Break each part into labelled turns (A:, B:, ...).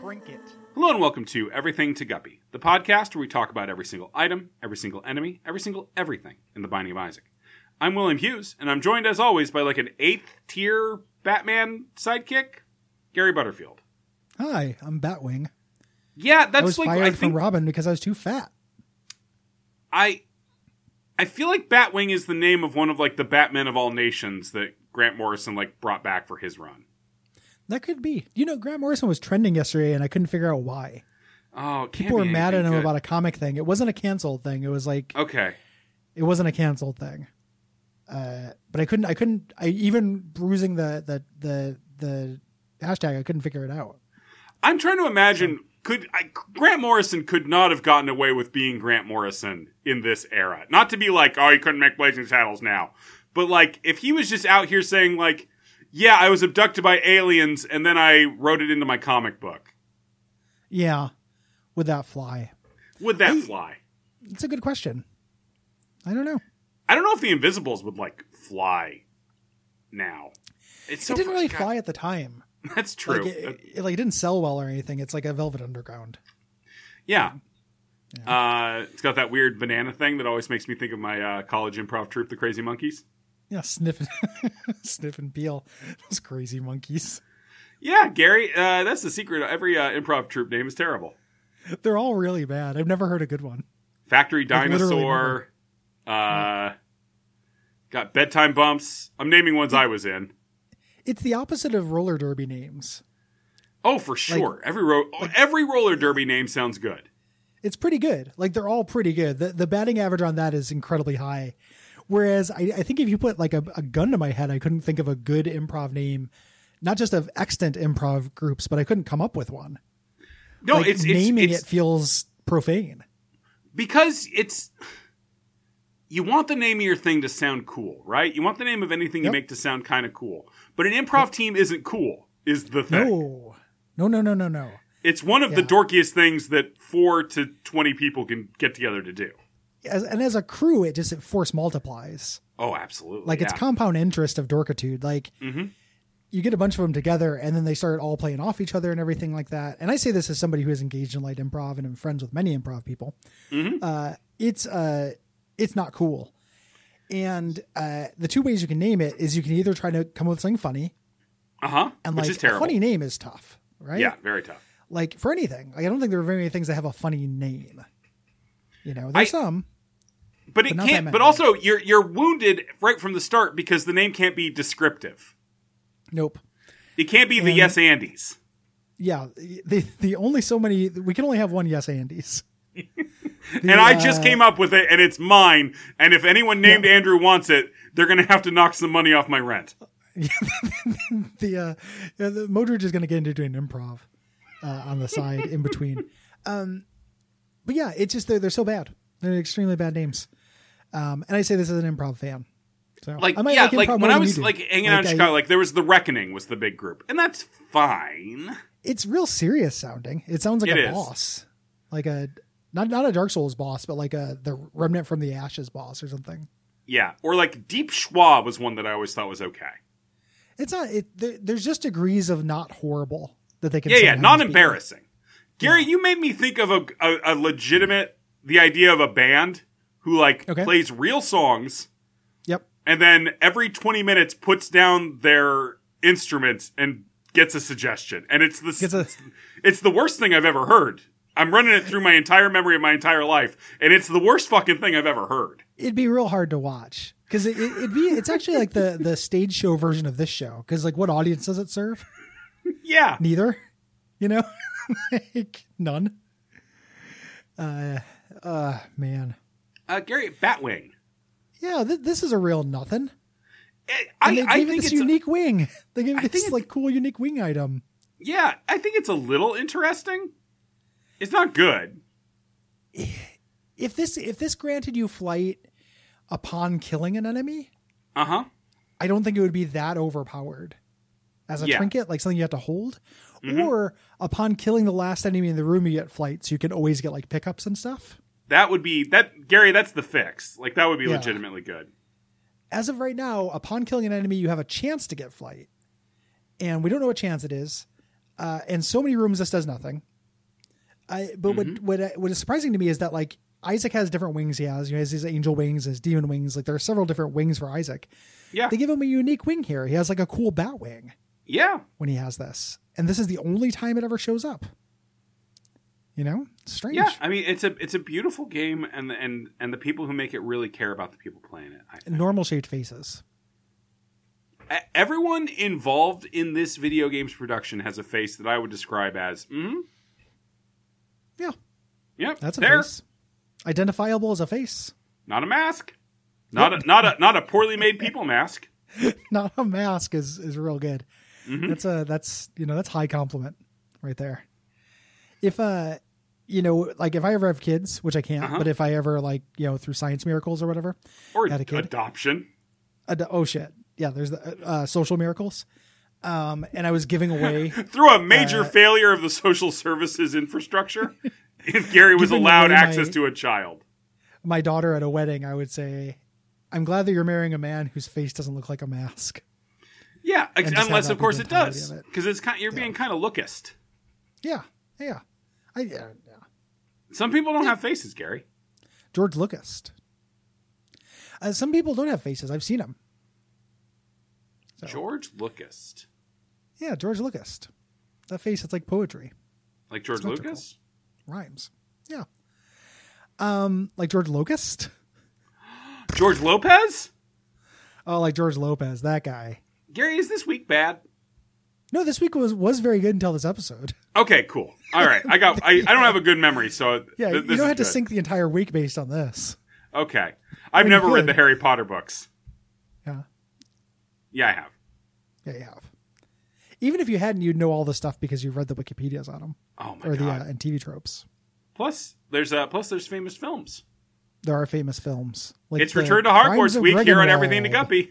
A: trinket.
B: Hello and welcome to Everything to Guppy, the podcast where we talk about every single item, every single enemy, every single everything in the Binding of Isaac. I'm William Hughes, and I'm joined as always by like an eighth tier Batman sidekick, Gary Butterfield.
A: Hi, I'm Batwing.
B: Yeah, that's
A: I was
B: like
A: fired
B: I
A: from
B: think
A: Robin because I was too fat.
B: I I feel like Batwing is the name of one of like the Batmen of all nations that Grant Morrison like brought back for his run.
A: That could be. You know, Grant Morrison was trending yesterday, and I couldn't figure out why.
B: Oh, it can't
A: People were
B: be
A: mad at him
B: anything good.
A: about a comic thing. It wasn't a canceled thing. It was like
B: Okay.
A: it wasn't a canceled thing. Uh, but I couldn't. I couldn't. I even bruising the the the the hashtag. I couldn't figure it out.
B: I'm trying to imagine could I, Grant Morrison could not have gotten away with being Grant Morrison in this era. Not to be like, oh, you couldn't make Blazing Saddles now, but like if he was just out here saying like, yeah, I was abducted by aliens and then I wrote it into my comic book.
A: Yeah, would that fly?
B: Would that fly?
A: It's a good question. I don't know.
B: I don't know if the Invisibles would like fly now. It's so
A: it didn't
B: fu-
A: really
B: God,
A: fly at the time.
B: That's true.
A: Like
B: Uh,
A: it, it, like it didn't sell well or anything. It's like a Velvet Underground.
B: Yeah. Uh, it's got that weird banana thing that always makes me think of my uh, college improv troupe, the Crazy Monkeys.
A: Yeah, sniff, sniff and peel. Those crazy monkeys.
B: Yeah, Gary, uh, that's the secret. Every uh, improv troupe name is terrible.
A: They're all really bad. I've never heard a good one.
B: Factory
A: Like, literally
B: Dinosaur. uh, got bedtime bumps. I'm naming ones I was in.
A: It's the opposite of roller derby names.
B: Oh, for sure. every ro- every roller derby name sounds good.
A: It's pretty good. Like they're all pretty good. The the batting average on that is incredibly high. Whereas I, I think if you put like a, a gun to my head, I couldn't think of a good improv name, not just of extant improv groups, but I couldn't come up with one.
B: No,
A: Like,
B: it's, it's
A: naming
B: it's
A: it feels profane.
B: because it's you want the name of your thing to sound cool, right? You want the name of anything you
A: Yep.
B: make to sound kind of cool. But an improv team isn't cool. Is the thing?
A: No, no, no, no, no, no.
B: It's one of the
A: Yeah.
B: dorkiest things that four to twenty people can get together to do.
A: As, and as a crew, it just it force multiplies.
B: Oh, absolutely.
A: Like it's
B: yeah. Mm-hmm.
A: compound interest of dorkitude. Like you get a bunch of them together, and then they start all playing off each other and everything like that. And I say this as somebody who is engaged in light improv and am friends with many improv people.
B: Mm-hmm.
A: Uh, it's uh, it's not cool. And uh, the two ways you can name it is you can either try to come up with something funny,
B: Uh huh.
A: and
B: Which
A: like
B: is terrible.
A: a funny name is tough, right?
B: Yeah, very tough.
A: Like for anything, like I don't think there are very many things that have a funny name. You know, there's some.
B: But it
A: But not that
B: can't.
A: many.
B: But also, you're you're wounded right from the start because the name can't be descriptive.
A: Nope.
B: It can't be the
A: And-
B: Yes Andes.
A: yeah the the only so many we can only have one yes andy's The,
B: And I
A: uh,
B: just came up with it, and it's mine. And if anyone named Andrew wants it, they're going to have to knock some money off my rent.
A: the uh yeah, the modridge is going to get into doing improv uh, on the side in between um but yeah it's just they're, they're so bad they're extremely bad names um and i say this as an improv fan so
B: Like
A: I might
B: yeah,
A: like,
B: like,
A: improv more
B: when I
A: than you
B: was
A: do.
B: like hanging out in
A: I-
B: Chicago, like there was the Reckoning was the big group, and that's fine.
A: it's real serious sounding it sounds like
B: It
A: a
B: is.
A: boss like a not not a dark souls boss but like a the remnant from the ashes boss or something
B: Yeah, or like Deep Schwa was one that I always thought was okay.
A: It's not. It, there, there's just degrees of not horrible that they can.
B: Yeah, yeah,
A: sometimes
B: not
A: be.
B: embarrassing. Gary, you made me think of a, a, a legitimate the idea of a band who like
A: Okay.
B: plays real songs
A: Yep.
B: and then every 20 minutes puts down their instruments and gets a suggestion. And it's the
A: Gets a-
B: it's the worst thing I've ever heard. I'm running it through my entire memory of my entire life, and it's the worst fucking thing I've ever heard.
A: It'd be real hard to watch because it, it, it'd be. It's actually like the the stage show version of this show because like what audience does it serve?
B: Yeah.
A: Neither. You know, like none. Uh, uh, man.
B: Uh, Gary, Batwing.
A: Yeah, th- this is a real nothing.
B: I,
A: And
B: I,
A: they
B: I
A: gave it
B: think
A: this
B: it's
A: unique wing. They gave
B: I
A: it
B: think
A: this
B: it-
A: like cool unique wing item.
B: yeah, I think it's a little interesting. It's not good.
A: If this if this granted you flight upon killing an enemy,
B: Uh huh.
A: I don't think it would be that overpowered as a
B: Yeah. Mm-hmm.
A: trinket, like something you have to hold. Or upon killing the last enemy in the room, you get flight, so you can always get like pickups and stuff.
B: That would be that Gary. That's the fix. Like that would be
A: Yeah.
B: legitimately good.
A: As of right now, upon killing an enemy, you have a chance to get flight, and we don't know what chance it is. Uh, and so many rooms, this does nothing. I, but
B: Mm-hmm.
A: what what what is surprising to me is that like Isaac has different wings. He has, you know, he has his angel wings, his demon wings. Like there are several different wings for Isaac.
B: Yeah.
A: They give him a unique wing here. He has like a cool bat wing
B: yeah.
A: when he has this, and this is the only time it ever shows up. You know, strange.
B: Yeah. I mean, it's a it's a beautiful game, and and and the people who make it really care about the people playing it. I think.
A: Normal shaped faces.
B: E- Everyone involved in this video game's production has a face that I would describe as, mm,
A: Yeah,
B: yep,
A: that's a
B: there,
A: face. Identifiable as a face,
B: not a mask, not a not a not a poorly made people mask.
A: not a mask, is is real good.
B: Mm-hmm.
A: That's a that's you know that's high compliment right there. If uh, you know, like if I ever have kids, which I can't,
B: Uh-huh.
A: but if I ever like you know through science miracles or whatever,
B: Or
A: Had a kid.
B: adoption.
A: ad- oh shit, yeah, there's the uh, social miracles. Um, and I was giving away
B: Through a major
A: Uh,
B: failure of the social services infrastructure, if Gary was
A: Giving
B: allowed
A: away my-
B: access to a child.
A: my daughter at a wedding, I would say, "I'm glad that you're marrying a man whose face doesn't look like a mask."
B: Yeah, ex-
A: just have
B: unless
A: that
B: of
A: be
B: course
A: the
B: it
A: entirety
B: does,
A: of it.
B: because it's kind you're being kind of lookist.
A: Yeah, yeah, I uh, yeah. yeah.
B: Some people don't have faces, Gary.
A: George Lucas. Uh, some people don't have faces. I've seen them.
B: George Lucas,
A: Yeah, George Lucas. That face, it's like poetry,
B: like George
A: Symmetrical.
B: Lucas.
A: rhymes. Yeah. Um, like George Locust.
B: George Lopez?
A: Oh, like George Lopez, that guy.
B: Gary, is this week bad?
A: No, this week was was very good until this episode.
B: Okay, cool. All right, I got. I, I don't have a good memory, so
A: Yeah,
B: th- this
A: you don't
B: is
A: have to
B: good.
A: sink the entire week based on this.
B: Okay, I've
A: you
B: never read
A: could.
B: the Harry Potter books.
A: Yeah,
B: Yeah, I have.
A: yeah, you have. Even if you hadn't, you'd know all the stuff because you've read the Wikipedia's on them
B: Oh my
A: or
B: god!
A: the uh, and TV tropes.
B: plus, there's uh, plus there's famous films.
A: There are famous films. Like
B: It's
A: the
B: Return to
A: Crimes
B: Hogwarts
A: of
B: week here on Everything to
A: Grindelwald.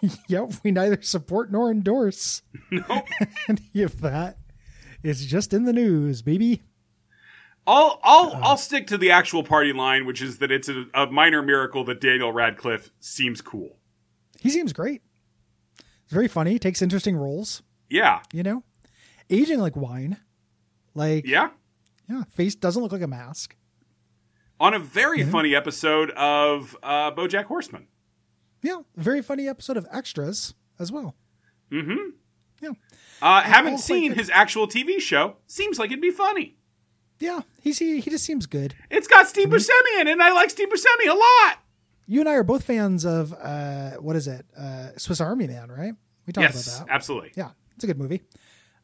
B: Guppy.
A: Yep, we neither support nor endorse
B: Nope.
A: any of that. It's just in the news, baby.
B: I'll I'll
A: Uh-huh.
B: I'll stick to the actual party line, which is that it's a, a minor miracle that Daniel Radcliffe seems cool.
A: He seems great. He's very funny, takes interesting roles,
B: Yeah,
A: you know? Aging like wine. Like,
B: yeah.
A: yeah, face doesn't look like a mask.
B: On a very
A: Mm-hmm.
B: funny episode of uh, BoJack Horseman.
A: Yeah, very funny episode of Extras as well. Mm hmm. Yeah.
B: Mm-hmm. Uh, haven't
A: also
B: seen
A: think-
B: his actual TV show. Seems like it'd be funny.
A: Yeah, he's, he, he just seems good.
B: It's got
A: Mm-hmm.
B: Steve Buscemi in it, and I like Steve Buscemi a lot.
A: You and I are both fans of, uh, what is it? Uh, Swiss Army Man, right? We talked
B: yes,
A: about that.
B: absolutely.
A: Yeah, it's a good movie.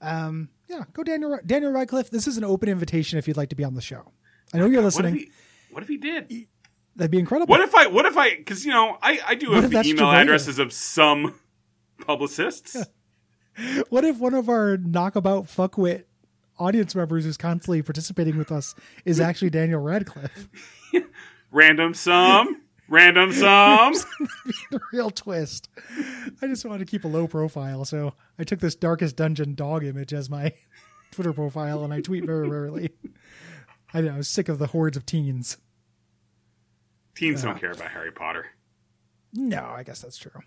A: Um, yeah, go Daniel Daniel Radcliffe. This is an open invitation if you'd like to be on the show. I know you're
B: What if
A: listening.
B: he? What if he did?
A: That'd be incredible.
B: What if I? What if I? Because you know, I I do
A: What
B: have
A: if
B: the
A: that's
B: email
A: Jabaya?
B: addresses of some publicists.
A: What if one of our knockabout fuckwit audience members who's constantly participating with us is actually Daniel Radcliffe?
B: Random some. Random some.
A: the real twist. I just wanted to keep a low profile, so I took this darkest dungeon dog image as my Twitter profile, and I tweet very rarely. I know I was sick of the hordes of teens.
B: Teens don't care about Harry Potter.
A: No, I guess that's true.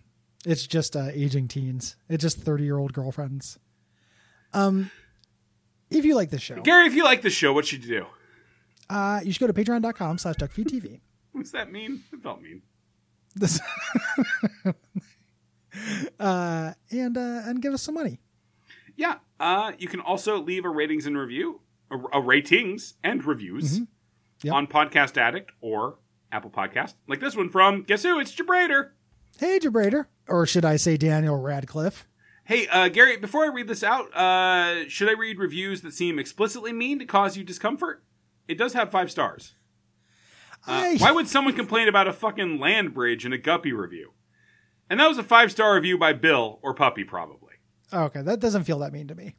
A: It's just uh, aging teens. It's just thirty-year-old girlfriends. Um, if you like this show,
B: Gary, if you like this show, what should you do?
A: uh, you should go to patreon.com slash duckfeedtv.
B: What does that mean? It felt mean.
A: This- uh, and uh, and give us some money.
B: Yeah. Uh, you can also leave a ratings and review, a, a ratings and reviews
A: Yep.
B: on Podcast Addict or Apple Podcast, like this one from guess who? It's Jabrader.
A: Hey, Jabrader, or should I say Daniel Radcliffe?
B: Hey, uh, Gary, before I read this out, uh, should I read reviews that seem explicitly mean to cause you discomfort? It does have five stars. Uh,
A: I-
B: why would someone complain about a fucking land bridge in a guppy review? And that was a five star review by Bill or Puppy, probably.
A: Oh, okay, that doesn't feel that mean to me.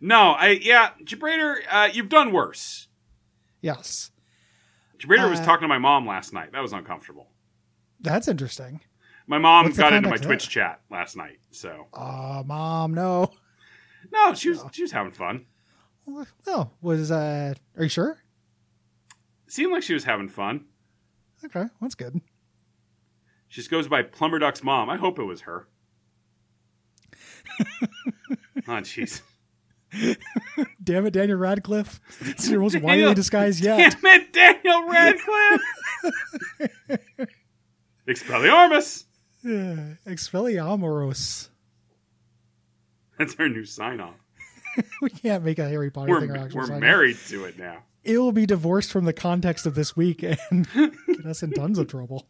B: No, I yeah, Jabrader, uh, you've done worse.
A: Yes,
B: Jabrader was
A: Uh,
B: talking to my mom last night. That was uncomfortable.
A: that's interesting.
B: My mom
A: what's the
B: got into my
A: context
B: Twitch chat last night, so
A: Uh, mom, no.
B: no, she was she was having fun.
A: No, was uh, are you sure?
B: Seemed like she was having fun.
A: Okay, that's good.
B: She just goes by Plumber Duck's mom. I hope it was her. oh jeez.
A: Damn it, Daniel Radcliffe. It's your most
B: Daniel-
A: widely disguised yet.
B: Damn it, Daniel Radcliffe! Expelliarmus!
A: Yeah. Expelliarmus.
B: That's our new sign off.
A: We can't make a Harry Potter thing. Or
B: We're,
A: actual
B: we're
A: sign-off.
B: married to it now.
A: It will be divorced from the context of this week and get us in tons of trouble.